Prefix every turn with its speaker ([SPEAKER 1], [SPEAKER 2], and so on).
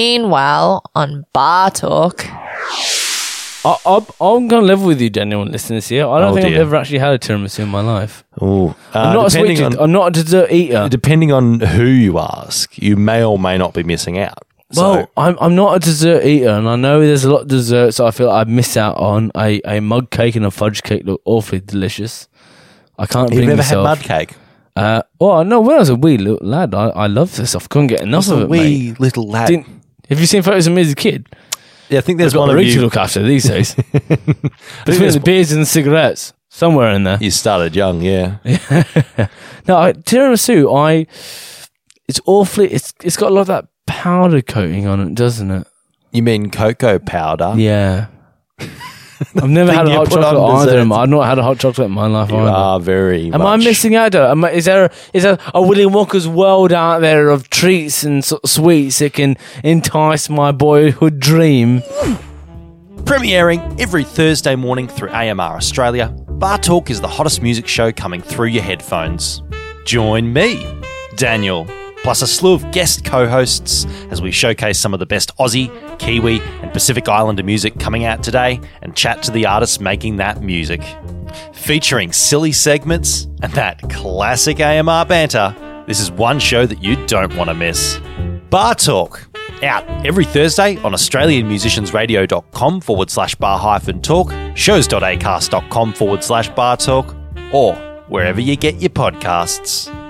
[SPEAKER 1] Meanwhile, on Bar Talk,
[SPEAKER 2] I, I, I'm going to level with you, genuine listeners here. I don't
[SPEAKER 3] Oh,
[SPEAKER 2] think I've
[SPEAKER 3] dear.
[SPEAKER 2] ever actually had a tiramisu in my life.
[SPEAKER 3] Oh,
[SPEAKER 2] I'm not a sweet tooth- I'm not a dessert eater.
[SPEAKER 3] depending on who you ask, you may or may not be missing out. So,
[SPEAKER 2] Well, I'm, I'm not a dessert eater, and I know there's a lot of desserts I feel I miss out on. A, a mug cake and a fudge cake look awfully delicious. I can't
[SPEAKER 3] you've
[SPEAKER 2] bring
[SPEAKER 3] never had
[SPEAKER 2] myself.
[SPEAKER 3] mud cake.
[SPEAKER 2] Uh, well, no, when I was a wee little lad, I, I loved this stuff. Couldn't get enough
[SPEAKER 3] It's
[SPEAKER 2] of
[SPEAKER 3] a
[SPEAKER 2] it, mate.
[SPEAKER 3] wee little lad.
[SPEAKER 2] Didn't, have you seen photos of me as a kid?
[SPEAKER 3] yeah, I think there's
[SPEAKER 2] Got
[SPEAKER 3] one
[SPEAKER 2] the
[SPEAKER 3] of
[SPEAKER 2] room to
[SPEAKER 3] you.
[SPEAKER 2] look after these days. Between
[SPEAKER 3] there's
[SPEAKER 2] the beers and the cigarettes, somewhere in there.
[SPEAKER 3] You started young, yeah.
[SPEAKER 2] No, I, tiramisu. I. It's awfully. It's it's got a lot of that powder coating on it, doesn't it?
[SPEAKER 3] You mean cocoa powder?
[SPEAKER 2] Yeah. I've never had a
[SPEAKER 3] you
[SPEAKER 2] hot
[SPEAKER 3] put on
[SPEAKER 2] chocolate either.
[SPEAKER 3] desserts.
[SPEAKER 2] in my- I've not had a hot chocolate in my life
[SPEAKER 3] You
[SPEAKER 2] either.
[SPEAKER 3] are very.
[SPEAKER 2] Am I
[SPEAKER 3] much-
[SPEAKER 2] missing out? though? Am I, is there is there a William Walker's world out there of treats and sort of sweets that can entice my boyhood dream?
[SPEAKER 3] Premiering every Thursday morning through AMR Australia, Bar Talk is the hottest music show coming through your headphones. Join me, Daniel, plus a slew of guest co hosts as we showcase some of the best Aussie, Kiwi, and Pacific Islander music coming out today and chat to the artists making that music. Featuring silly segments and that classic AMR banter, this is one show that you don't want to miss. Bar Talk. Out every Thursday on AustralianMusiciansRadio.com forward slash bar hyphen talk, shows.acast.com forward slash bar talk, or wherever you get your podcasts.